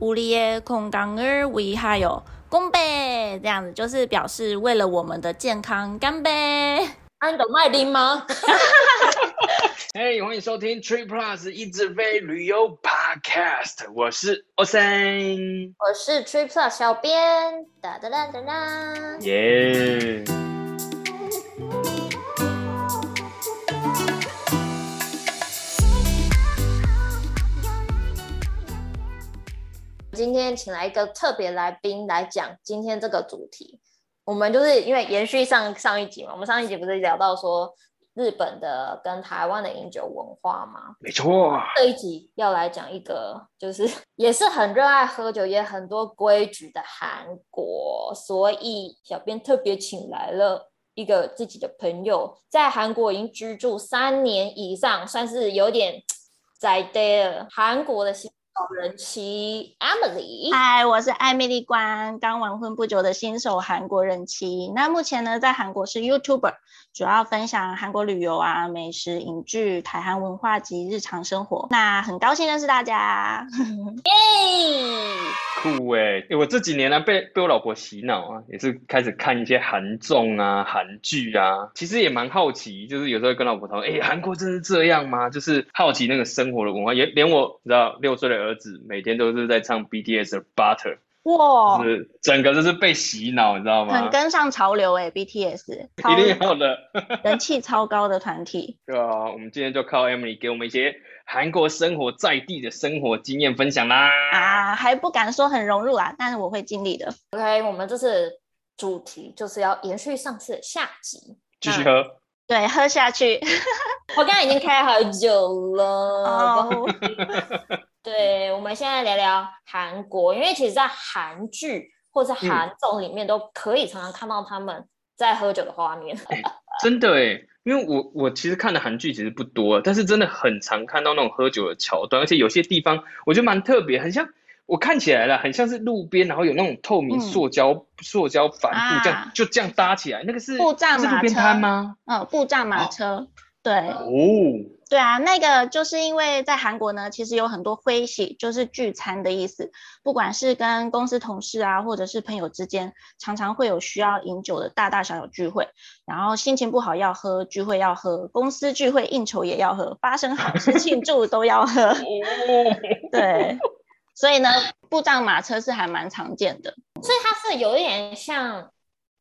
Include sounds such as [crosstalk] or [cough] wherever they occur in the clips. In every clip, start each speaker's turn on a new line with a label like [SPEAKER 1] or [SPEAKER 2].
[SPEAKER 1] 우리의건강을위하여干杯！这样子就是表示为了我们的健康干杯。
[SPEAKER 2] 啊，你懂麦丁吗？
[SPEAKER 3] 嘿欢迎收听 Tree Plus 一直飞旅游 Podcast，我是 o s n
[SPEAKER 2] 我是 Trip Plus 小编，哒哒哒哒哒。
[SPEAKER 3] 耶！
[SPEAKER 2] 今天请来一个特别来宾来讲今天这个主题。我们就是因为延续上上一集嘛，我们上一集不是聊到说日本的跟台湾的饮酒文化嘛，
[SPEAKER 3] 没错，
[SPEAKER 2] 这一集要来讲一个，就是 [laughs] 也是很热爱喝酒，也很多规矩的韩国，所以小编特别请来了一个自己的朋友，在韩国已经居住三年以上，算是有点在地了。韩国的新手人妻 Emily，
[SPEAKER 1] 嗨，我是艾米丽关，刚完婚不久的新手韩国人妻。那目前呢，在韩国是 YouTuber，主要分享韩国旅游啊、美食、影剧、台韩文化及日常生活。那很高兴认识大家。
[SPEAKER 2] 耶！
[SPEAKER 3] 酷哎、欸！我这几年呢、被被我老婆洗脑啊，也是开始看一些韩综啊、韩剧啊，其实也蛮好奇，就是有时候跟老婆讨论，哎、韩国真是这样吗？就是好奇那个生活的文化，也连我你知道六岁的儿子每天都是在唱 BTS 的 Butter，
[SPEAKER 1] 哇
[SPEAKER 3] 就，是整个就是被洗脑，你知道吗
[SPEAKER 1] 哦很？跟上潮流哎、b t s 超
[SPEAKER 3] 一定要的。 [laughs]
[SPEAKER 1] 人气超高的团体。
[SPEAKER 3] 对啊，我们今天就靠 Emily 给我们一些韩国生活在地的生活经验分享啦。
[SPEAKER 1] 啊，还不敢说很融入啦，但是我会尽力的。
[SPEAKER 2] OK，我们这次主题就是要延续上次的下集。
[SPEAKER 3] 继续喝，
[SPEAKER 1] 对，喝下去。
[SPEAKER 2] 我刚刚已经开好久了。
[SPEAKER 1] 哦，
[SPEAKER 2] 对，我们现在聊聊韩国，因为其实，在韩剧或是韩综里面都可以常常看到他们在喝酒的画面。
[SPEAKER 3] 真的诶，因为我我其实看的韩剧其实不多，但是真的很常看到那种喝酒的桥段，而且有些地方我觉得蛮特别，很像我看起来啦，很像是路边，然后有那种透明
[SPEAKER 1] 嗯
[SPEAKER 3] 塑胶、塑胶帆布这样、
[SPEAKER 1] 啊
[SPEAKER 3] 就这样搭起来，那个是
[SPEAKER 1] 布障
[SPEAKER 3] 是路
[SPEAKER 1] 马
[SPEAKER 3] 边
[SPEAKER 1] 车
[SPEAKER 3] 摊吗？
[SPEAKER 1] 嗯，布障马车，对。
[SPEAKER 3] 哦， [laughs]
[SPEAKER 1] 对啊，那个就是因为在韩国呢，其实有很多欢喜，就是聚餐的意思。不管是跟公司同事啊，或者是朋友之间，常常会有需要饮酒的大大小小聚会。然后心情不好要喝，聚会要喝，公司聚会应酬也要喝，发生好事庆祝都要喝。
[SPEAKER 3] 哦，
[SPEAKER 1] 对，所以呢，布障马车是还蛮常见的。
[SPEAKER 2] 所以它是有一点像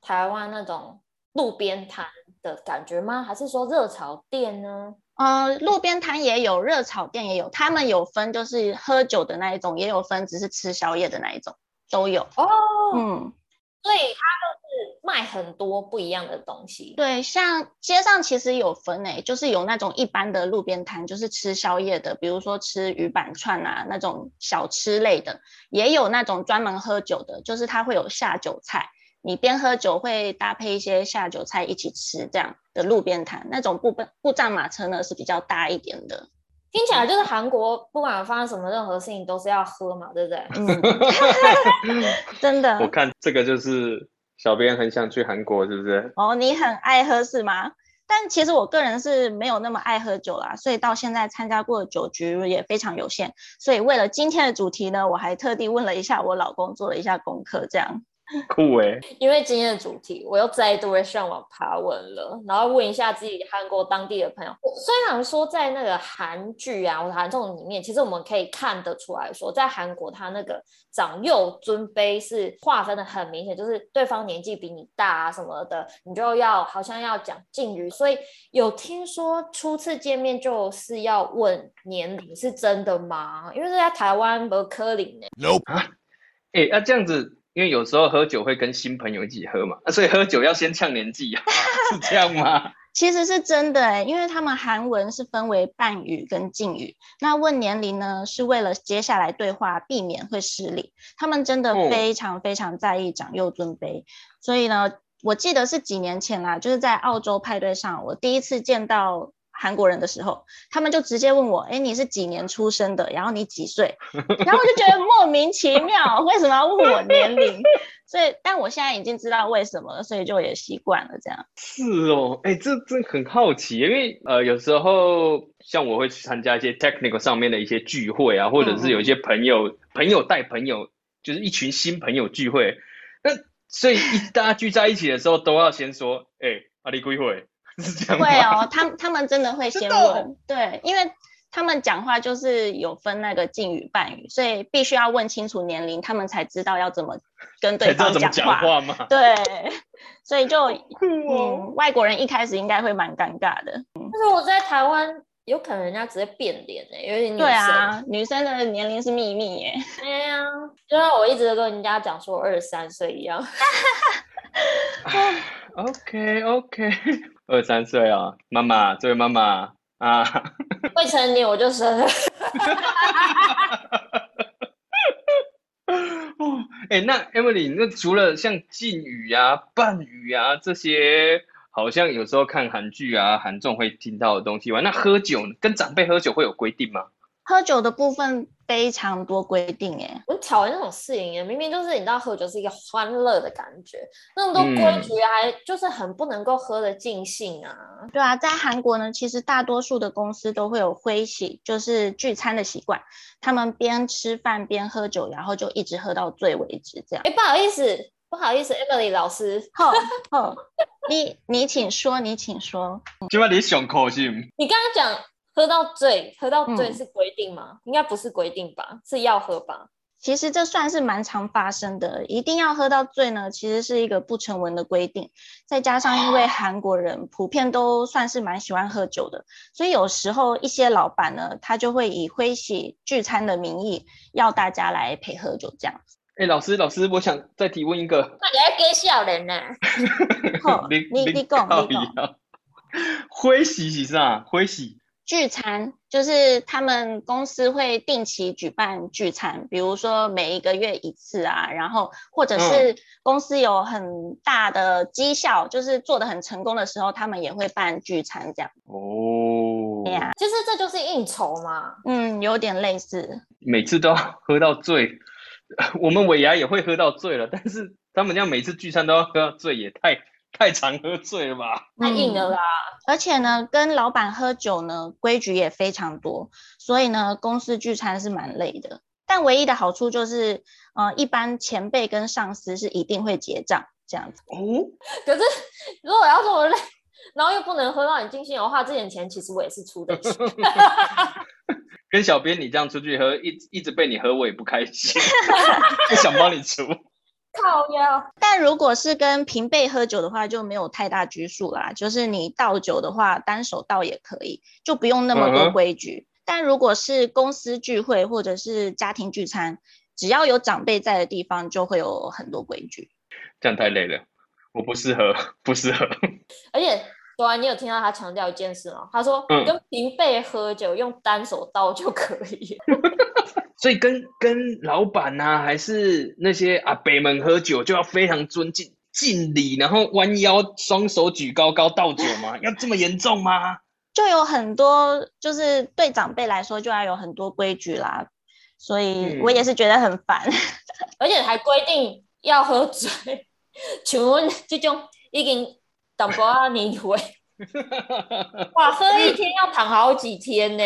[SPEAKER 2] 台湾那种路边摊的感觉吗？还是说热炒店呢？
[SPEAKER 1] 呃，路边摊也有，热炒店也有，他们有分就是喝酒的那一种，也有分只是吃宵夜的那一种，都有。
[SPEAKER 2] 哦，
[SPEAKER 1] 嗯，
[SPEAKER 2] 所以它就是卖很多不一样的东西。
[SPEAKER 1] 对，像街上其实有分诶、就是有那种一般的路边摊，就是吃宵夜的，比如说吃鱼板串啊那种小吃类的，也有那种专门喝酒的，就是它会有下酒菜，你边喝酒会搭配一些下酒菜一起吃这样的路边摊，那种布布障马车呢是比较大一点的。
[SPEAKER 2] 听起来就是韩国不管发生什么任何事情都是要喝嘛，对不对？
[SPEAKER 1] 嗯，真的。
[SPEAKER 3] 我看这个就是小编很想去韩国，是不是？
[SPEAKER 1] 哦，你很爱喝是吗？但其实我个人是没有那么爱喝酒啦，所以到现在参加过的酒局也非常有限。所以为了今天的主题呢，我还特地问了一下我老公，做了一下功课，这样。
[SPEAKER 3] 酷欸诶，
[SPEAKER 2] 因为今天的主题，我又再度的上网爬文了，然后问一下自己韩国当地的朋友。我虽然说在那个韩剧啊、或者韩综里面，其实我们可以看得出来说，在韩国它那个长幼尊卑是划分的很明显，就是对方年纪比你大啊什么的，你就要好像要讲敬语。所以有听说初次见面就是要问年龄，是真的吗？因为这在台湾不科林呢、
[SPEAKER 3] 哎、那、这样子，因为有时候喝酒会跟新朋友一起喝嘛，啊、所以喝酒要先呛年纪啊， [laughs] 是这样吗？
[SPEAKER 1] 其实是真的诶，因为他们韩文是分为半语跟敬语。那问年龄呢，是为了接下来对话避免会失礼。他们真的
[SPEAKER 3] 嗯
[SPEAKER 1] 非常非常在意长幼尊卑，所以呢，我记得是几年前啦，就是在澳洲派对上，我第一次见到韩国人的时候，他们就直接问我：“哎，你是几年出生的？然后你几岁？”然后我就觉得莫名其妙，为什么要问我年龄？所以，但我现在已经知道为什么了，所以就也习惯了这样。
[SPEAKER 3] 是哦，哎，这真很好奇，因为呃，有时候像我会去参加一些 technical 上面的一些聚会啊，或者是有一
[SPEAKER 1] 嗯
[SPEAKER 3] 些朋友、朋友带朋友，就是一群新朋友聚会，那所以一大家聚在一起的时候，都要先说，哎，阿里归会是这样
[SPEAKER 1] 会
[SPEAKER 3] 吗？
[SPEAKER 1] 哦，他们他们真的会先
[SPEAKER 3] 真的哦
[SPEAKER 1] 问，对，因为他们讲话就是有分那个敬语、半语，所以必须要问清楚年龄，他们才知道要怎么跟
[SPEAKER 3] [laughs] 才
[SPEAKER 1] 对
[SPEAKER 3] 知道
[SPEAKER 1] 方
[SPEAKER 3] 怎么
[SPEAKER 1] 讲
[SPEAKER 3] 讲话嘛。
[SPEAKER 1] [laughs] 对，所以就
[SPEAKER 3] 酷哦，
[SPEAKER 1] 嗯，外国人一开始应该会蛮尴尬的。
[SPEAKER 2] 但是我在台湾，有可能人家直接变脸哎、欸，有点女
[SPEAKER 1] 对
[SPEAKER 2] 生。
[SPEAKER 1] 啊，女生的年龄是秘密耶。
[SPEAKER 2] 对呀、就像我一直都跟人家讲说我二十三岁一样。
[SPEAKER 3] OK OK，二 [laughs] 三岁啊，妈妈，这位妈妈啊，
[SPEAKER 2] 未成年我就生了， [laughs]
[SPEAKER 3] 哦，哎，那 Emily，那除了像敬语啊、半语啊这些，好像有时候看韩剧啊、韩综会听到的东西以外，那喝酒呢跟长辈喝酒会有规定吗？
[SPEAKER 1] 喝酒的部分非常多规定耶，
[SPEAKER 2] 我很讨厌那种事情耶。欸明明就是你知道喝酒是一个欢乐的感觉，那么多规
[SPEAKER 3] 嗯
[SPEAKER 2] 矩啊还就是很不能够喝的尽兴啊。
[SPEAKER 1] 对啊，在韩国呢，其实大多数的公司都会有会席，就是聚餐的习惯，他们边吃饭边喝酒，然后就一直喝到醉为止，这样。
[SPEAKER 2] 哎、不好意思，不好意思，Emily 老师，
[SPEAKER 1] 吼吼，你你请说，你请说，
[SPEAKER 3] 今晚你上口是吗？
[SPEAKER 2] 你刚刚讲喝到醉，喝到醉
[SPEAKER 1] 嗯
[SPEAKER 2] 是规定吗？应该不是规定吧，是要喝吧？
[SPEAKER 1] 其实这算是蛮常发生的，一定要喝到醉呢，其实是一个不成文的规定。再加上因为韩国人普遍都算是蛮喜欢喝酒的，所以有时候一些老板呢，他就会以会喜聚餐的名义要大家来陪喝酒这样。
[SPEAKER 3] 哎，老师，老师，我想再提问一个，
[SPEAKER 2] 那你还给笑人呢、
[SPEAKER 3] [laughs]
[SPEAKER 1] 吼
[SPEAKER 3] 你
[SPEAKER 1] 你你讲
[SPEAKER 3] 到
[SPEAKER 1] 你讲
[SPEAKER 3] 底要欢喜是啥？欢喜
[SPEAKER 1] 聚餐就是他们公司会定期举办聚餐，比如说每一个月一次啊，然后或者是公司有很大的绩效，就是做的很成功的时候，他们也会办聚餐这样。
[SPEAKER 3] 哦，
[SPEAKER 1] 对哎呀、
[SPEAKER 2] 其实这就是应酬嘛。
[SPEAKER 1] 嗯，有点类似。
[SPEAKER 3] 每次都要喝到醉，我们尾牙也会喝到醉了，但是他们这样每次聚餐都要喝到醉，也太太常喝醉了吧？
[SPEAKER 2] 太硬了啦！
[SPEAKER 1] 而且呢，跟老板喝酒呢，规矩也非常多，所以呢，公司聚餐是蛮累的。但唯一的好处就是，呃，一般前辈跟上司是一定会结账这样子。
[SPEAKER 3] 哦，
[SPEAKER 2] 可是如果要这么累， [laughs] 然后又不能喝到你尽兴的话，这点钱其实我也是出得
[SPEAKER 3] [laughs]
[SPEAKER 2] 起。
[SPEAKER 3] 跟小编你这样出去喝，一一直被你喝，我也不开心， [laughs] 不想帮你出。
[SPEAKER 2] 靠呀！
[SPEAKER 1] 但如果是跟平辈喝酒的话，就没有太大拘束啦。就是你倒酒的话，单手倒也可以，就不用那么
[SPEAKER 3] 嗯
[SPEAKER 1] 多
[SPEAKER 3] 哼
[SPEAKER 1] 规矩。但如果是公司聚会或者是家庭聚餐，只要有长辈在的地方，就会有很多规矩。
[SPEAKER 3] 这样太累了，我不适合，不适合。
[SPEAKER 2] 而且昨晚你有听到他强调一件事吗？他说、
[SPEAKER 3] 嗯
[SPEAKER 2] 跟平辈喝酒用单手倒就可
[SPEAKER 3] [laughs]
[SPEAKER 2] 以。
[SPEAKER 3] [laughs] 所以跟跟老板呐、还是那些阿伯们喝酒，就要非常尊敬、敬礼，然后弯腰，双手举高高倒酒吗？要这么严重吗？ [laughs]
[SPEAKER 1] 就有很多，就是对长辈来说，就要有很多规矩啦。所以
[SPEAKER 3] 嗯
[SPEAKER 1] 我也是觉得很烦。
[SPEAKER 2] 而且还规定要喝醉。 [laughs] 请问这种已经淡薄啊年
[SPEAKER 3] [laughs]
[SPEAKER 2] 岁，哇，喝一天要躺好几天呢、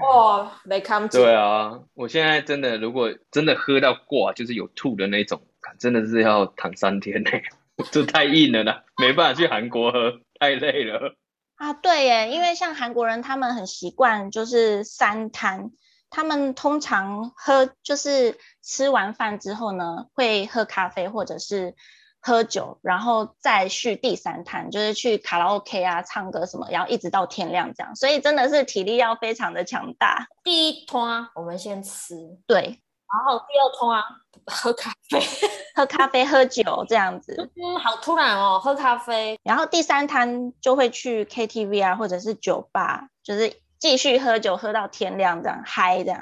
[SPEAKER 2] 哦，没看住。
[SPEAKER 3] 嗯对啊，我现在真的，如果真的喝到挂，就是有吐的那种，真的是要躺三天呢、 [laughs] 这太硬了啦，没办法去韩国喝，太累了。
[SPEAKER 1] 啊，对耶，因为像韩国人他们很习惯就是三餐，他们通常喝就是吃完饭之后呢，会喝咖啡或者是喝酒，然后再续第三摊，就是去卡拉 OK 啊、唱歌什么，然后一直到天亮这样，所以真的是体力要非常的强大。
[SPEAKER 2] 第一通啊，我们先吃，然
[SPEAKER 1] 对，
[SPEAKER 2] 后第二通啊，喝咖啡。 [laughs]
[SPEAKER 1] 喝咖啡、喝酒这样子，
[SPEAKER 2] 嗯，好突然哦，喝咖啡。
[SPEAKER 1] 然后第三摊就会去 KTV 啊，或者是酒吧，就是继续喝酒喝到天亮这样嗨这样。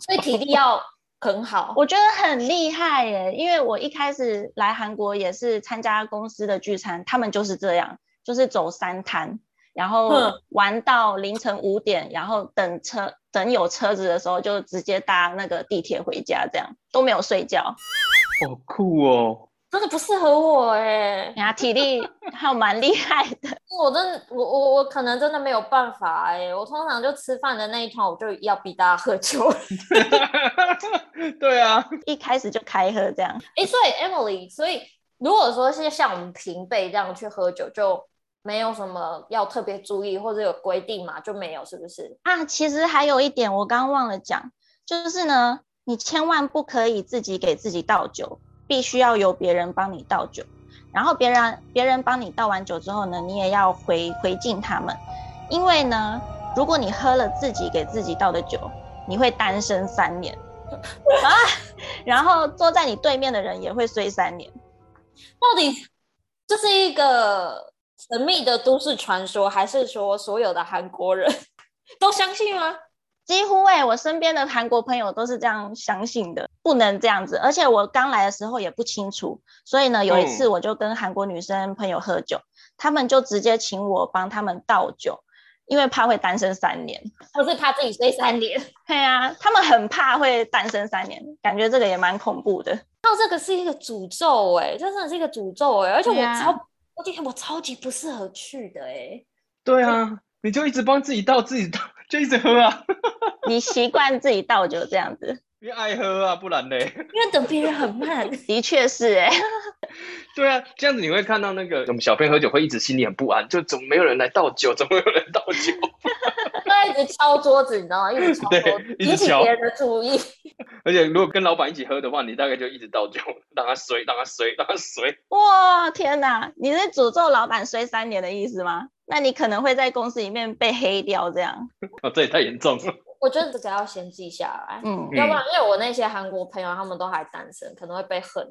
[SPEAKER 2] 所以体力要很 [laughs] 好。
[SPEAKER 1] 我觉得很厉害耶，因为我一开始来韩国也是参加公司的聚餐，他们就是这样，就是走三摊，然后
[SPEAKER 2] 嗯
[SPEAKER 1] 玩到凌晨五点，然后等车等有车子的时候就直接搭那个地铁回家，这样都没有睡觉。
[SPEAKER 3] 好酷哦！
[SPEAKER 2] 真的不适合我哎、
[SPEAKER 1] 你啊，体力还有蛮厉害的。
[SPEAKER 2] 我真的，我我我可能真的没有办法哎、我通常就吃饭的那一团，我就要逼大家喝酒。
[SPEAKER 3] [laughs]
[SPEAKER 2] [laughs]
[SPEAKER 3] 对啊，
[SPEAKER 1] 一开始就开喝这样，
[SPEAKER 2] 哎、所以 Emily，所以如果说是像我们平辈这样去喝酒，就没有什么要特别注意或者有规定嘛，就没有是不是？
[SPEAKER 1] 啊，其实还有一点我刚忘了讲，就是呢，你千万不可以自己给自己倒酒，必须要由别人帮你倒酒。然后别人别人帮你倒完酒之后呢，你也要回回敬他们，因为呢，如果你喝了自己给自己倒的酒，你会单身三年 [laughs] 啊，然后坐在你对面的人也会衰三年。
[SPEAKER 2] 到底这是一个神秘的都市传说，还是说所有的韩国人 [laughs] 都相信吗？
[SPEAKER 1] 几乎哎、我身边的韩国朋友都是这样相信的，不能这样子。而且我刚来的时候也不清楚，所以呢，有一次我就跟韩国女生朋友喝酒，他们就直接请我帮他们倒酒，因为怕会单身三年。
[SPEAKER 2] 或是怕自己睡三年？
[SPEAKER 1] 对啊，他们很怕会单身三年，感觉这个也蛮恐怖的。
[SPEAKER 2] 那这个是一个诅咒哎、这真的是一个诅咒哎、而且我
[SPEAKER 1] 对啊
[SPEAKER 2] 超，我觉得我超级不适合去的哎、
[SPEAKER 3] 对啊，你就一直帮自己倒，自己倒， [laughs] 就一直喝啊，
[SPEAKER 1] 你习惯自己倒酒这样子，
[SPEAKER 3] 你爱喝啊，不然嘞。
[SPEAKER 2] 因为等别人很慢。
[SPEAKER 1] 的确是哎、
[SPEAKER 3] [laughs] 对啊，这样子你会看到那个我们小朋友喝酒会一直心里很不安，就怎么没有人来倒酒，怎么没有人倒酒？
[SPEAKER 2] 他一直敲桌子，你知道吗？一直敲桌
[SPEAKER 3] 对
[SPEAKER 2] 子，
[SPEAKER 3] 一直
[SPEAKER 2] 引起
[SPEAKER 3] 敲
[SPEAKER 2] 别人的注意。
[SPEAKER 3] [laughs] 而且如果跟老板一起喝的话，你大概就一直倒酒， [laughs] 让他衰，让他衰，让他衰。
[SPEAKER 1] 哇，天哪！你是诅咒老板衰三年的意思吗？那你可能会在公司里面被黑掉这样。
[SPEAKER 3] [laughs] 哦，这也太严重了。
[SPEAKER 2] 我觉得这个要先记下来，
[SPEAKER 1] 嗯，
[SPEAKER 2] 要不然因为我那些韩国朋友他们都还单身，可能会被恨。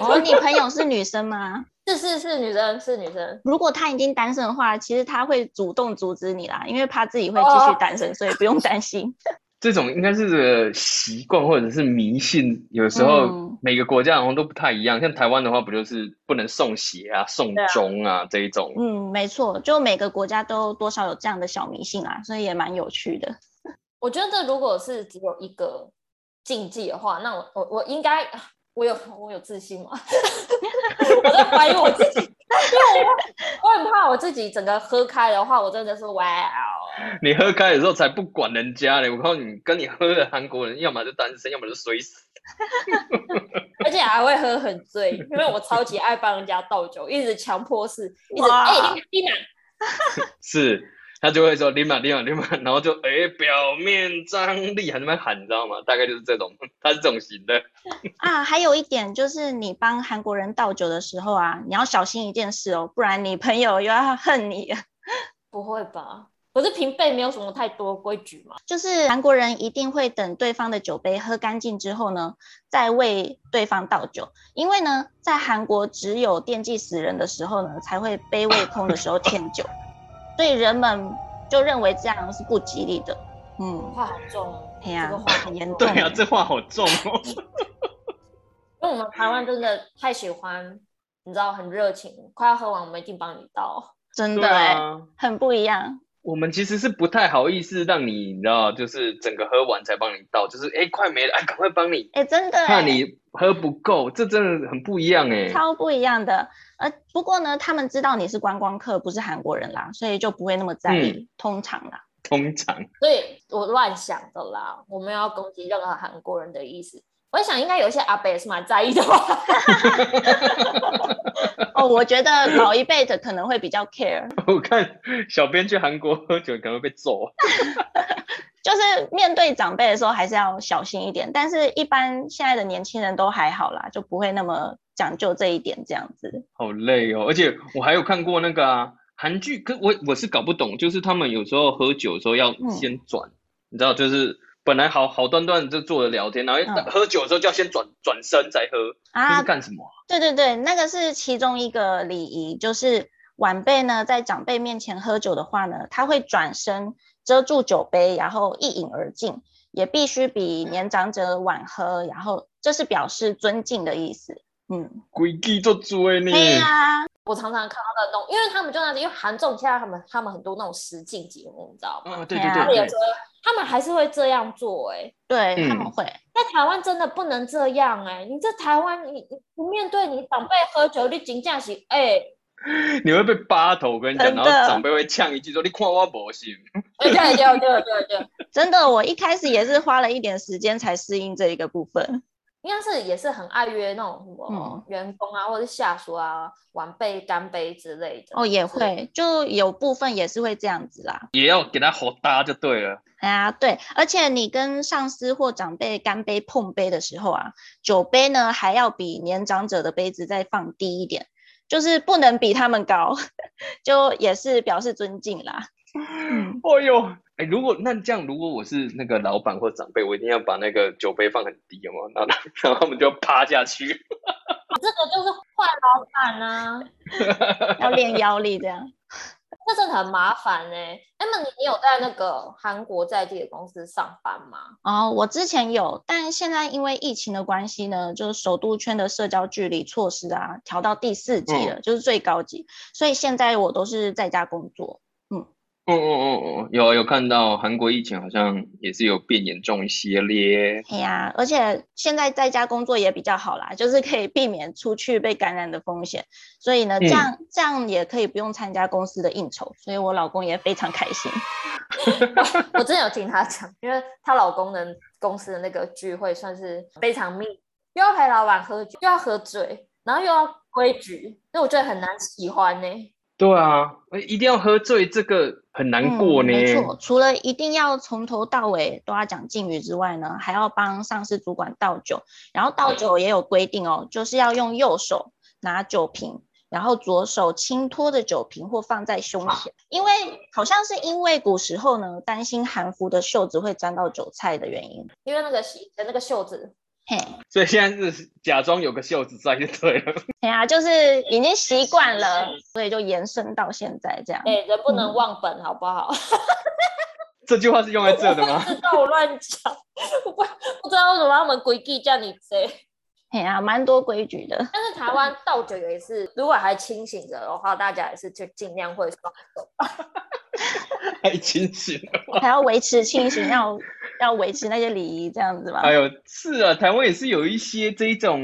[SPEAKER 1] 哦，你朋友是女生吗？ [laughs]
[SPEAKER 2] 是是是，女生是女生，
[SPEAKER 1] 如果他已经单身的话，其实他会主动阻止你啦，因为怕自己会继续单身，所以不用担心。
[SPEAKER 3] 这种应该是习惯或者是迷信，有 [laughs] 时候
[SPEAKER 1] 嗯
[SPEAKER 3] 每个国家好像都不太一样。像台湾的话，不就是不能送鞋啊、送
[SPEAKER 2] 对啊
[SPEAKER 3] 钟啊这一种？
[SPEAKER 1] 嗯，没错，就每个国家都多少有这样的小迷信啦，所以也蛮有趣的。
[SPEAKER 2] 我觉得如果是只有一个禁忌的话，那我我我应该。我有我有自信吗？ [laughs] 我在怀疑我自己，因为我我很怕我自己整个喝开的话，我真的是哇哦！
[SPEAKER 3] [laughs] 你喝开的时候才不管人家嘞！我告诉你，跟你喝的韩国人，要么就单身，要么就衰死。
[SPEAKER 2] 而且还会喝很醉，因为我超级爱帮人家倒酒，一直强迫式，一直
[SPEAKER 1] 哇
[SPEAKER 2] 哎，立马
[SPEAKER 3] 是，他就会说立马立马立马，然后就哎、表面张力还在那边喊，你知道吗？大概就是这种， [laughs] 他是这种型的。
[SPEAKER 1] 啊，还有一点就是，你帮韩国人倒酒的时候啊，你要小心一件事哦，不然你朋友又要恨你了。
[SPEAKER 2] 不会吧？可是平辈没有什么太多规矩嘛。
[SPEAKER 1] 就是韩国人一定会等对方的酒杯喝干净之后呢，再为对方倒酒，因为呢，在韩国只有惦记死人的时候呢，才会杯未空的时候添
[SPEAKER 3] [laughs]
[SPEAKER 1] 酒，所以人们就认为这样是不吉利的。嗯，
[SPEAKER 2] 话好重哦，
[SPEAKER 1] 哎呀
[SPEAKER 2] 这个话好重
[SPEAKER 1] 很严
[SPEAKER 3] 对
[SPEAKER 1] 重
[SPEAKER 3] 啊，这话好重哦。
[SPEAKER 2] 因为我们台湾真的太喜欢，你知道，很热情，快要喝完我们一定帮你倒。
[SPEAKER 1] 真
[SPEAKER 3] 对
[SPEAKER 1] 的哎、
[SPEAKER 3] 啊。
[SPEAKER 1] 很不一样。
[SPEAKER 3] 我们其实是不太好意思让你，你知道，就是整个喝完才帮你倒，就是哎、快没了，哎赶快帮你，
[SPEAKER 1] 哎、真的、
[SPEAKER 3] 怕
[SPEAKER 1] 哎。
[SPEAKER 3] 你喝不够，这真的很不一样哎、
[SPEAKER 1] 超不一样的。呃，不过呢，他们知道你是观光客，不是韩国人啦，所以就不会那么在意。
[SPEAKER 3] 嗯
[SPEAKER 1] 通常啦，
[SPEAKER 3] 通常 [laughs]
[SPEAKER 2] 所以我乱想的啦，我没有要攻击任何韩国人的意思。我在想，应该有一些阿伯也是蛮在意的吧。 [laughs]
[SPEAKER 1] 哦，我觉得老一辈的可能会比较 care，
[SPEAKER 3] 我看小编去韩国喝酒可能会被揍，
[SPEAKER 1] 就是面对长辈的时候还是要小心一点。但是，一般现在的年轻人都还好啦，就不会那么讲究这一点这样子。
[SPEAKER 3] 好累哦。而且我还有看过那个啊，韩剧，可我我是搞不懂，就是他们有时候喝酒的时候要
[SPEAKER 1] 嗯
[SPEAKER 3] 先转，你知道，就是本来好好端端就坐着聊天，然后一
[SPEAKER 1] 嗯
[SPEAKER 3] 喝酒的时候就要先转转身再喝，这
[SPEAKER 1] 啊
[SPEAKER 3] 是，干什么啊？
[SPEAKER 1] 对对对，那个是其中一个礼仪，就是晚辈呢在长辈面前喝酒的话呢，他会转身遮住酒杯，然后一饮而尽，也必须比年长者晚喝，然后这是表示尊敬的意思。嗯，啊
[SPEAKER 3] 鬼计做猪哎你！
[SPEAKER 1] 对呀、
[SPEAKER 2] 我常常看到那种，因为他们就那种，因为韩综现在他们他们很多那种实境节目，你知道吗？
[SPEAKER 3] 啊，对
[SPEAKER 1] 对
[SPEAKER 3] 对
[SPEAKER 1] 啊
[SPEAKER 2] 他们
[SPEAKER 3] 对
[SPEAKER 2] 也
[SPEAKER 3] 对
[SPEAKER 2] 是，他们还是会这样做、欸，哎，
[SPEAKER 1] 对、
[SPEAKER 3] 嗯
[SPEAKER 1] 他们会，
[SPEAKER 2] 在台湾真的不能这样哎、你在台湾，你你不面对你长辈喝酒，你警驾起哎，
[SPEAKER 3] 你会被扒头，我跟你讲，
[SPEAKER 1] 真
[SPEAKER 3] 然
[SPEAKER 1] 的
[SPEAKER 3] 后长辈会呛一句说：“你看我不行。
[SPEAKER 2] 哎对对对对对对，
[SPEAKER 1] 真的，我一开始也是花了一点时间才适应这一个部分。
[SPEAKER 2] 应该是也是很爱约那种什么
[SPEAKER 1] 嗯
[SPEAKER 2] 员工啊，或者是下属啊，晚辈干杯之类的。
[SPEAKER 1] 哦，也
[SPEAKER 2] 就是，
[SPEAKER 1] 会，就有部分也是会这样子啦。”
[SPEAKER 3] 也要给他吼搭就对了。
[SPEAKER 1] 哎呀，对，而且你跟上司或长辈干杯碰杯的时候啊，酒杯呢还要比年长者的杯子再放低一点，就是不能比他们高， [laughs] 就也是表示尊敬啦。嗯，
[SPEAKER 3] 哎呦，哎，如果那这样，如果我是那个老板或长辈，我一定要把那个酒杯放很低，有没有？然后他然后他们就趴下去。
[SPEAKER 2] 这个就是坏老板啊，
[SPEAKER 1] 要练腰力这样。 [laughs]
[SPEAKER 2] 这真的很麻烦哎、那么你你有在那个韩国在地的公司上班
[SPEAKER 1] [laughs]
[SPEAKER 2] 吗？
[SPEAKER 1] 哦，我之前有，但现在因为疫情的关系呢，就是首都圈的社交距离措施啊，调到第四级了，就是最高级，所以现在我都是在家工作。
[SPEAKER 3] 嗯嗯嗯嗯，有有看到韩国疫情好像也是有变严重一些咧。
[SPEAKER 1] 哎呀，而且现在在家工作也比较好啦，就是可以避免出去被感染的风险，所以
[SPEAKER 3] 嗯
[SPEAKER 1] 呢，这样、这样也可以不用参加公司的应酬，所以我老公也非常开心。
[SPEAKER 2] 我真的有听她讲，因为她老公的公司的那个聚会算是非常密，又要陪老板喝酒，又要喝醉，然后又要规矩，所以我觉得很难喜欢欸呢、
[SPEAKER 3] 对啊，哎一定要喝醉，这个很 [laughs] 难过
[SPEAKER 1] 嗯
[SPEAKER 3] 呢。
[SPEAKER 1] 没错，除了一定要从头到尾都要讲敬语之外呢，还要帮上司主管倒酒，然后倒酒也有规定哦，就是要用右手拿酒瓶。然后左手轻托着酒瓶或放在胸前，因为好像是因为古时候呢担心韩服的袖子会沾到韭菜的原因，
[SPEAKER 2] 因为那个以前那个袖子
[SPEAKER 1] 嘿，
[SPEAKER 3] [laughs] 所以现在是假装有个袖子在就对了。 [laughs]
[SPEAKER 1] 哎呀，就是已经习惯了，所以就延伸到现在这样。
[SPEAKER 2] 哎、人不能
[SPEAKER 1] 嗯
[SPEAKER 2] 忘本，好不好？ [laughs]
[SPEAKER 3] 这句话是用在这的吗？ [laughs]
[SPEAKER 2] 知道我乱讲，我不不知道为什么他们规矩叫你这。欸
[SPEAKER 1] 哎呀，蛮多规矩的。
[SPEAKER 2] 但是台湾
[SPEAKER 1] 嗯
[SPEAKER 2] 倒酒也是，如果还清醒着的话，大家也是就尽量会说，
[SPEAKER 3] 太清醒了。
[SPEAKER 1] 还要维持清醒，要要维持那些礼仪，这样子吧。
[SPEAKER 3] 哎呦，是啊，台湾也是有一些这一种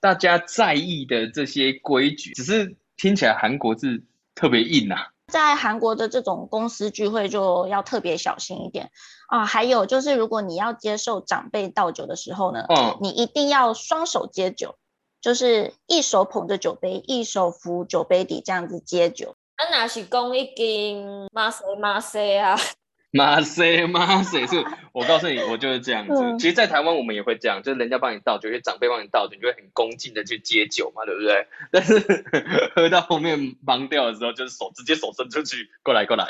[SPEAKER 3] 大家在意的这些规矩，只是听起来韩国是特别硬啊。
[SPEAKER 1] 在韩国的这种公司聚会就要特别小心一点啊。还有就是，如果你要接受长辈倒酒的时候呢，
[SPEAKER 3] 嗯，
[SPEAKER 1] 你一定要双手接酒，就是一手捧着酒杯，一手扶酒杯底这样子接酒。
[SPEAKER 2] 啊那是讲已经马塞马塞啊， [laughs]
[SPEAKER 3] [laughs] 马塞马塞是，我告诉你，我就是这样子。
[SPEAKER 1] 嗯
[SPEAKER 3] 其实，在台湾我们也会这样，就是人家帮你倒酒，有些长辈帮你倒酒，你就会很恭敬的去接酒嘛，对不对？但是喝到后面忙掉的时候，就是手直接手伸出去，过来过来。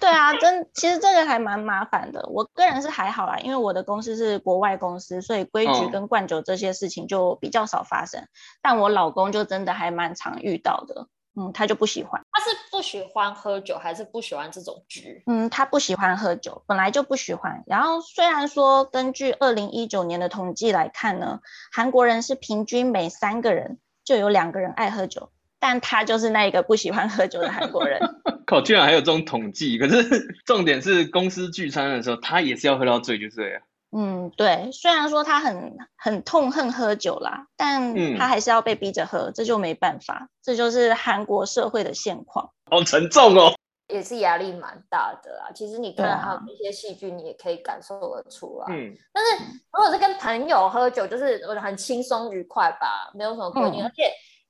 [SPEAKER 1] 对啊，真其实这个还蛮麻烦的。我个人是还好啦，因为我的公司是国外公司，所以规矩
[SPEAKER 3] 嗯
[SPEAKER 1] 跟灌酒这些事情就比较少发生。但我老公就真的还蛮常遇到的，嗯，他就不喜欢，
[SPEAKER 2] 他是不喜欢喝酒，还是不喜欢这种局？
[SPEAKER 1] 嗯，他不喜欢喝酒，本来就不喜欢。然后虽然说根据二零一九年的统计来看呢，韩国人是平均每三个人就有两个人爱喝酒，但他就是那一个不喜欢喝酒的韩国人。
[SPEAKER 3] 靠，居然还有这种统计，可是 [laughs] 重点是公司聚餐的时候，他也是要喝到醉，就是了。
[SPEAKER 1] 嗯，对，虽然说他很很痛恨喝酒啦，但
[SPEAKER 3] 嗯
[SPEAKER 1] 他还是要被逼着喝，这就没办法，这就是韩国社会的现况。
[SPEAKER 3] 好沉重哦。
[SPEAKER 2] 也是压力蛮大的啦。其实你
[SPEAKER 1] 对
[SPEAKER 2] 看
[SPEAKER 1] 啊
[SPEAKER 2] 他们一些戏剧，你也可以感受得出来。
[SPEAKER 3] 嗯，
[SPEAKER 2] 但是如果是跟朋友喝酒，就是我觉得很轻松愉快吧，没有什么规定。
[SPEAKER 1] 嗯
[SPEAKER 2] 而且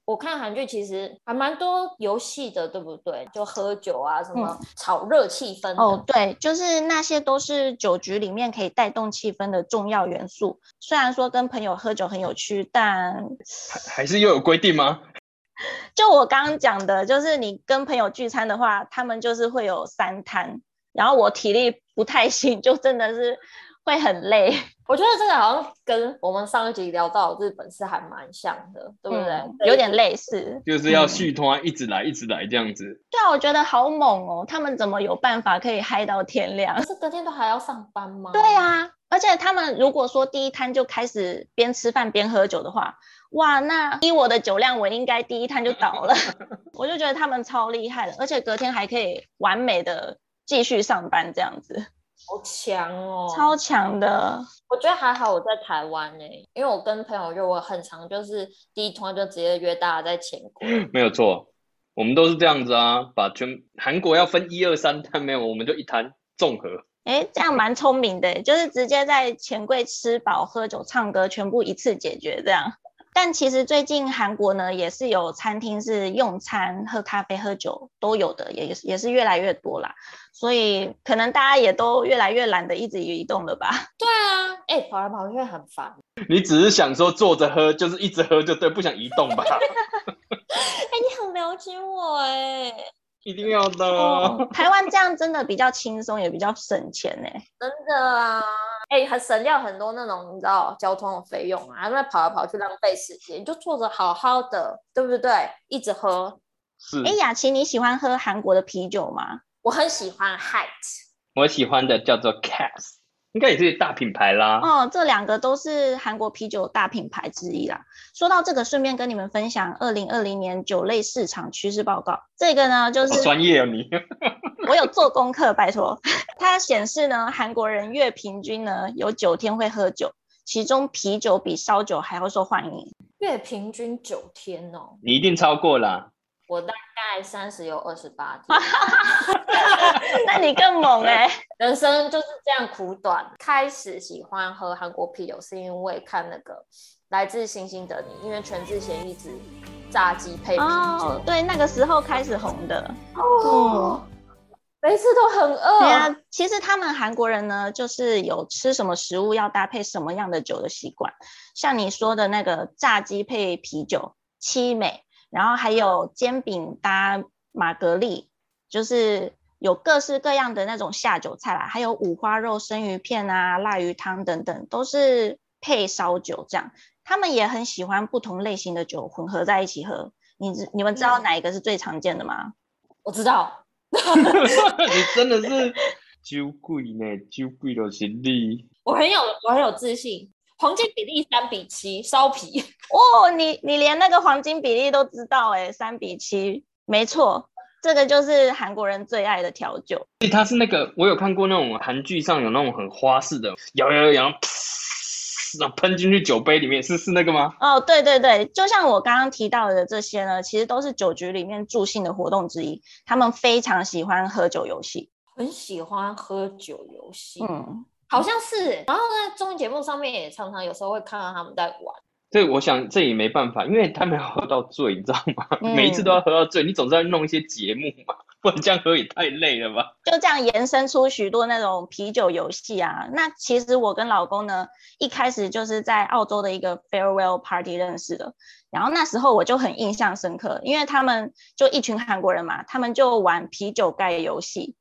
[SPEAKER 2] 我看韩剧其实还蛮多游戏的，对不对？就喝酒啊，什么炒热气氛的。
[SPEAKER 1] 嗯哦，对，就是那些都是酒局里面可以带动气氛的重要元素。虽然说跟朋友喝酒很有趣，但
[SPEAKER 3] 还是又有规定吗？
[SPEAKER 1] 就我刚刚讲的，就是你跟朋友聚餐的话，他们就是会有三摊，然后我体力不太行，就真的是会很累。
[SPEAKER 2] 我觉得这个好像跟我们上一集聊到的日本是还蛮像的，对不对？
[SPEAKER 1] 嗯
[SPEAKER 2] 对
[SPEAKER 1] 有点类似。
[SPEAKER 3] 就是要续拖，一直来，一直来这样子。
[SPEAKER 1] 对啊，我觉得好猛哦！他们怎么有办法可以嗨到天亮？
[SPEAKER 2] [laughs] 可是隔天都还要上班吗？
[SPEAKER 1] 对、啊，而且他们如果说第一摊就开始边吃饭边喝酒的话，哇，那依我的酒量，我应该第一摊就倒了。我就觉得他们超厉害的，而且隔天还可以完美的继续上班，这样子
[SPEAKER 2] 好强哦！
[SPEAKER 1] 超强的。
[SPEAKER 2] 我觉得还好我在台湾呢、因为我跟朋友约，我很常就是第一通就直接约大家在前国，
[SPEAKER 3] 没有错，我们都是这样子啊，把全韩国要分一二三摊没有，我们就一摊综合。
[SPEAKER 1] 哎，这样蛮聪明的，就是直接在钱柜吃饱、喝酒、唱歌，全部一次解决这样。但其实最近韩国呢，也是有餐厅是用餐、喝咖啡、喝酒都有的，也也是越来越多啦。所以可能大家也都越来越懒得一直移动了吧？
[SPEAKER 2] 对啊，哎、跑来跑去很烦。
[SPEAKER 3] 你只是想说坐着喝，就是一直喝就对，不想移动吧？
[SPEAKER 2] 哎、你很了解我哎、
[SPEAKER 3] [laughs] 一定要的啊。
[SPEAKER 1] 哦，台湾这样真的比较轻松，也比较省钱呢。
[SPEAKER 2] 真的啊，哎、很省掉很多那种你知道交通的费用啊，那跑来跑去浪费时间，你就坐着好好的，对不对？一直喝，
[SPEAKER 3] 是
[SPEAKER 1] 哎，雅琪，你喜欢喝韩国的啤酒吗？
[SPEAKER 2] 我很喜欢 height，
[SPEAKER 3] 我喜欢的叫做 Cass，应该也是大品牌啦。
[SPEAKER 1] 哦，这两个都是韩国啤酒大品牌之一啦。说到这个，顺便跟你们分享二零二零年酒类市场趋势报告。这个呢，就
[SPEAKER 3] 好
[SPEAKER 1] 是
[SPEAKER 3] 专业
[SPEAKER 1] [laughs]
[SPEAKER 3] 哦你。
[SPEAKER 1] 我有做功课，拜托。 [laughs] 它显示呢，韩国人月平均呢有九天会喝酒，其中啤酒比烧酒还要受欢迎。 [laughs]
[SPEAKER 2] 月平均九天哦，
[SPEAKER 3] 你一定超过
[SPEAKER 1] [laughs]
[SPEAKER 3] 啦。
[SPEAKER 2] 我大概三十有二十八天，
[SPEAKER 1] 那你更猛
[SPEAKER 3] [laughs]
[SPEAKER 1] 哎、
[SPEAKER 2] 人生就是这样苦短。开始喜欢喝韩国啤酒是因为看那个《来自星星的你》，因为全智贤一直炸鸡配啤酒。
[SPEAKER 1] 哦，对，那个时候开始红的。
[SPEAKER 2] 哦，每次都很饿。
[SPEAKER 1] 对啊，其实他们韩国人呢，就是有吃什么食物要搭配什么样的酒的习惯，像你说的那个炸鸡配啤酒、七美，然后还有煎饼搭玛格丽，就是有各式各样的那种下酒菜啦，还有五花肉、生鱼片啊、辣鱼汤等等，都是配烧酒这样。他们也很喜欢不同类型的酒混合在一起喝。你知你们知道
[SPEAKER 2] 嗯
[SPEAKER 1] 哪一个是最常见的吗？
[SPEAKER 2] 我知道，
[SPEAKER 3] 你真的是酒鬼呢，酒鬼的行李。
[SPEAKER 2] 我很有，我很有自信。黄金比例三比七，烧皮。
[SPEAKER 1] 哦，你你连那个黄金比例都知道哎、三比七，没错，这个就是韩国人最爱的调酒。
[SPEAKER 3] 所以它是那个，我有看过那种韩剧上有那种很花式的，摇摇摇摇，然后噗然后喷进去酒杯里面，是是那个吗？
[SPEAKER 1] 哦，对对对，就像我刚刚提到的这些呢，其实都是酒局里面助兴的活动之一，他们非常喜欢喝酒游戏。
[SPEAKER 2] 很喜欢喝酒游戏，
[SPEAKER 1] 嗯，
[SPEAKER 2] 好像是。然后在综艺节目上面也常常有时候会看到他们在玩。
[SPEAKER 3] 对，我想这也没办法，因为他们要喝到醉，你知道吗？ [laughs]
[SPEAKER 1] 嗯
[SPEAKER 3] 每一次都要喝到醉，你总是要弄一些节目嘛，不然这样喝也太累了吧？ [laughs]
[SPEAKER 1] 就这样延伸出许多那种啤酒游戏啊。那其实我跟老公呢，一开始就是在澳洲的一个 farewell party 认识的。然后那时候我就很印象深刻，因为他们就一群韩国人嘛，他们就玩啤酒盖游戏。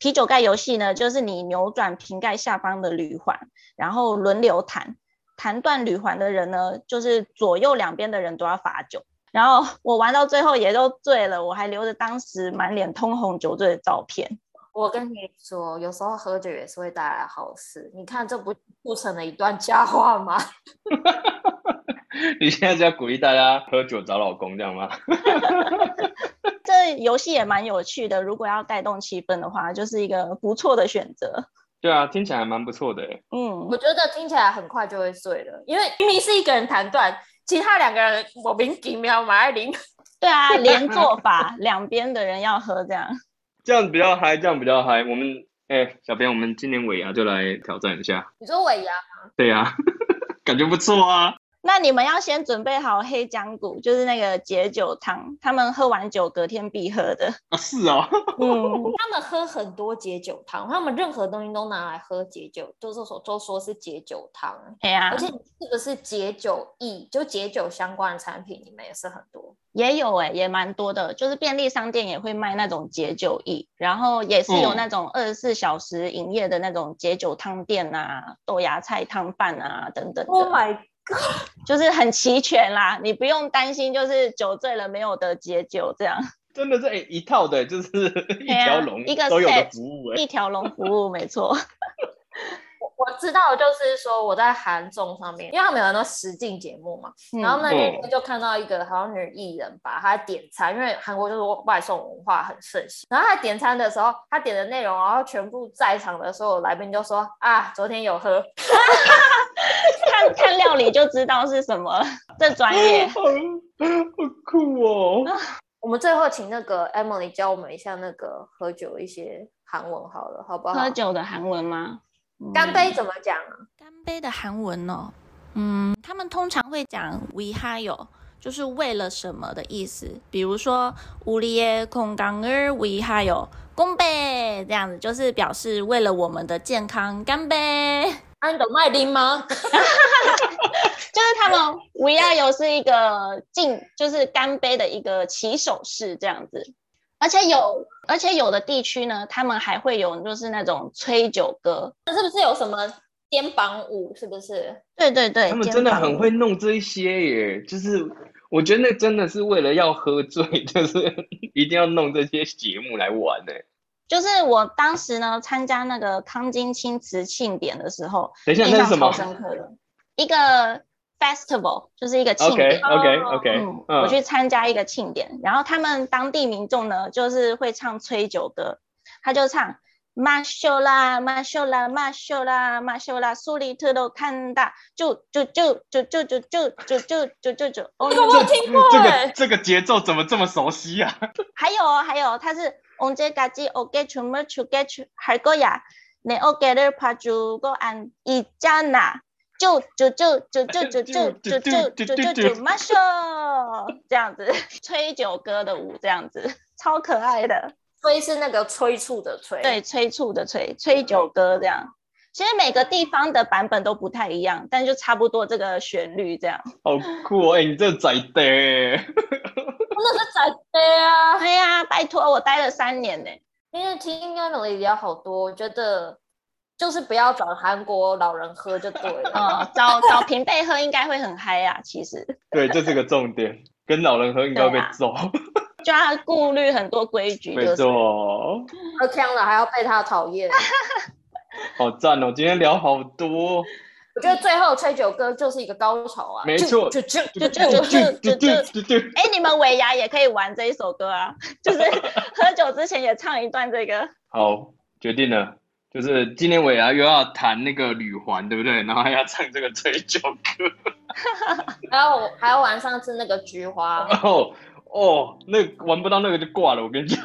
[SPEAKER 1] 啤酒盖游戏呢，就是你扭转瓶盖下方的铝环，然后轮流弹，弹断铝环的人呢，就是左右两边的人都要罚酒。然后我玩到最后也都醉了，我还留着当时满脸通红酒醉的照片。
[SPEAKER 2] 我跟你说，有时候喝酒也是会带来好事。你看，这不促成了一段佳话吗？ [laughs]
[SPEAKER 3] 你现在是要鼓励大家喝酒找老公这样吗？ [laughs]
[SPEAKER 1] 这游戏也蛮有趣的，如果要带动气氛的话，就是一个不错的选择。
[SPEAKER 3] 对啊，听起来还蛮不错的欸。
[SPEAKER 1] 嗯
[SPEAKER 2] 我，觉得听起来很快就会醉了，因为明明是一个人弹断，其他两个人莫名其妙马爱玲。
[SPEAKER 1] 对啊，连坐法，两边的人要喝这样。
[SPEAKER 3] 这样比较嗨，这样比较嗨。我们哎、小编，我们今年尾牙就来挑战一下。
[SPEAKER 2] [laughs] 你说尾牙，
[SPEAKER 3] 对呀、 [laughs] 感觉不错啊。
[SPEAKER 1] 那你们要先准备好黑姜骨，就是那个解酒汤，他们喝完酒隔天必喝的。
[SPEAKER 3] 啊是哦， [laughs]
[SPEAKER 1] 嗯， [laughs]
[SPEAKER 2] 他们喝很多解酒汤，他们任何东西都拿来喝解酒，就是说都说是解酒汤。
[SPEAKER 1] 哎呀、
[SPEAKER 2] 而且你是不是解酒液，就解酒相关的产品，你们也是很多。
[SPEAKER 1] 也有哎、也蛮多的，就是便利商店也会卖那种解酒液，然后也是有
[SPEAKER 3] 嗯
[SPEAKER 1] 那种二十四小时营业的那种解酒汤店啊、豆芽菜汤饭啊等等的。
[SPEAKER 2] my！
[SPEAKER 1] 就是很齐全啦，你不用担心，就是酒醉了没有的解酒这样，
[SPEAKER 3] 真的是哎、一套的，就是 [laughs] 一
[SPEAKER 1] 啊
[SPEAKER 3] 条龙
[SPEAKER 1] 一个
[SPEAKER 3] 都有的欸
[SPEAKER 1] set
[SPEAKER 3] 服务哎、
[SPEAKER 1] 一条龙服务没错。
[SPEAKER 2] 我知道，就是说我在韩综上面，因为他们有很多实境节目嘛，然后那
[SPEAKER 3] 嗯
[SPEAKER 2] 天就看到一个好像女艺人吧，她点餐，因为韩国就是外送文化很盛行。然后她点餐的时候，她点的内容，然后全部在场的所有来宾就说啊，昨天有喝，
[SPEAKER 1] 看看料理就知道是什么了，这专业。
[SPEAKER 3] [laughs] 好好酷哦！
[SPEAKER 2] 我们最后请那个 Emily 教我们一下那个喝酒一些韩文好了，好不好？
[SPEAKER 1] 喝酒的韩文吗？嗯
[SPEAKER 2] 干杯怎么讲啊？
[SPEAKER 4] 干杯的韩文哦，嗯，他们通常会讲 “we h a 就是为了什么的意思。比如说“우리의건강을 we h a 干杯这样子，就是表示为了我们的健康干杯。
[SPEAKER 2] 啊，你懂麦丁吗？ [laughs]
[SPEAKER 1] 就是他们 We Are You 是一个敬，就是干杯的一个起手式这样子。而且有，而且有的地区呢，他们还会有就是那种吹酒歌。
[SPEAKER 2] 是不是有什么肩膀舞？是不是？
[SPEAKER 1] 对对对，
[SPEAKER 3] 他们真的
[SPEAKER 1] 肩膀
[SPEAKER 3] 很会弄这一些耶，就是我觉得那真的是为了要喝醉， [laughs] 就是一定要弄这些节目来玩呢。
[SPEAKER 1] 就是我当时呢参加那个康金青瓷庆典的时候，
[SPEAKER 3] 等一下，
[SPEAKER 1] 印
[SPEAKER 3] 那
[SPEAKER 1] 象
[SPEAKER 3] 是什
[SPEAKER 1] 超
[SPEAKER 3] 么
[SPEAKER 1] 深刻的一个 festival，就是一个庆典。
[SPEAKER 3] ？OK OK OK，
[SPEAKER 1] 嗯，我去参加一个庆典，然后他们当地民众呢，就是会唱吹酒歌，他就唱马修啦，马修啦，马修啦，马修啦，苏里特都看到，就就就就就就就就就就就就，哦，
[SPEAKER 2] 我有听过
[SPEAKER 3] 这
[SPEAKER 2] 哎
[SPEAKER 3] 个这个节奏怎么这么熟悉啊？
[SPEAKER 1] 还有哦，还有他是언제까지어깨춤을추게할거야내어깨를봐주고안있잖아就就就就就就就就就就就就马修这样子吹酒歌的舞这样子，超可爱的。
[SPEAKER 2] 吹是那个催促的催，
[SPEAKER 1] 对，催促的催，吹酒歌这样。其实每个地方的版本都不太一样，但就差不多这个旋律这样。
[SPEAKER 3] 好酷哦！哎、你这宅的耶，
[SPEAKER 2] 真的是宅呆啊！
[SPEAKER 1] 哎呀，拜托，我待了三年呢、
[SPEAKER 2] 因为听 Emily 聊好多，我觉得就是不要找韩国老人喝就对了。
[SPEAKER 1] 嗯，找找平辈喝应该会很嗨啊，其实。
[SPEAKER 3] 对，这是个重点。跟老人喝应该会被
[SPEAKER 1] 对啊
[SPEAKER 3] 揍，
[SPEAKER 1] 就要顾虑很多规矩，
[SPEAKER 3] 没
[SPEAKER 1] 就是
[SPEAKER 3] 错，
[SPEAKER 2] 喝呛了还要被他讨厌。
[SPEAKER 3] 好赞哦！今天聊好多，
[SPEAKER 2] 我觉得最后吹酒歌就是一个高潮啊！
[SPEAKER 3] 没错
[SPEAKER 2] 就就就
[SPEAKER 1] 就
[SPEAKER 3] 哦
[SPEAKER 1] 就就就就就。
[SPEAKER 3] 对对，
[SPEAKER 1] 哎，你们尾牙也可以玩这一首歌啊，就是
[SPEAKER 3] [laughs]
[SPEAKER 1] 喝酒之前也唱一段这个。
[SPEAKER 3] 好，决定了，就是今天尾牙又要谈那个旅环，对不对？然后还要唱这个吹酒歌，
[SPEAKER 2] 还有还有晚上吃那个菊花，
[SPEAKER 3] 然后哦，那玩不到那个就挂了，我跟你讲。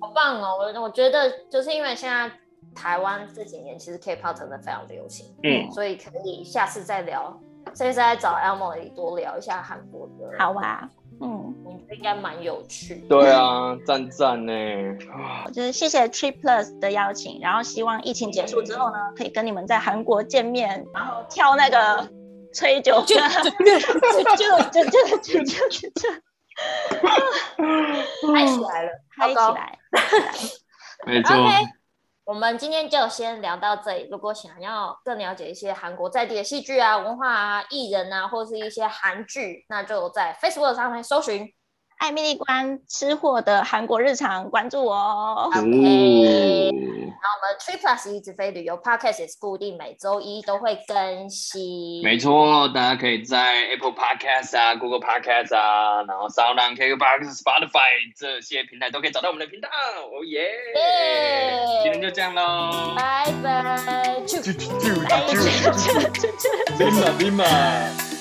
[SPEAKER 2] 好棒哦！我我觉得就是因为现在台湾这几年其实 K-pop 真的非常流行，
[SPEAKER 3] 嗯，
[SPEAKER 2] 所以可以下次再聊，下次再找 Emily 多聊一下韩国的。，
[SPEAKER 1] 好啊，嗯，
[SPEAKER 2] 我觉得应该蛮有趣的。
[SPEAKER 3] 对啊，赞赞呢，
[SPEAKER 1] 就是谢谢 Trip Plus 的邀请，然后希望疫情结束之后呢，可以跟你们在韩国见面，然后跳那个吹酒歌， [laughs] 就就就就就就
[SPEAKER 3] [laughs]
[SPEAKER 1] 就嗯
[SPEAKER 2] 嗨起来了，
[SPEAKER 1] 嗨起
[SPEAKER 2] 糟糕。
[SPEAKER 1] 来。
[SPEAKER 3] 没错
[SPEAKER 2] OK，我们今天就先聊到这里。如果想要更了解一些韩国在地的戏剧啊、文化啊、艺人啊，或是一些韩剧，那就在 Facebook 上面搜寻。
[SPEAKER 1] 艾米丽关吃货的韩国日常，关注我哦。
[SPEAKER 2] OK
[SPEAKER 3] 哦
[SPEAKER 2] 然后我们 Tree 呃 Plus 一直飞旅游 Podcast 也是固定每周一都会更新。
[SPEAKER 3] 没错，大家可以在 Apple Podcast 啊、Google Podcast 啊，然后 Sound、KKBox、Spotify 这些平台都可以找到我们的频道。哦耶！
[SPEAKER 2] 耶
[SPEAKER 3] 今天就这样喽，
[SPEAKER 2] 拜拜，去。
[SPEAKER 3] 啾啾啾啾啾，冰嘛冰嘛。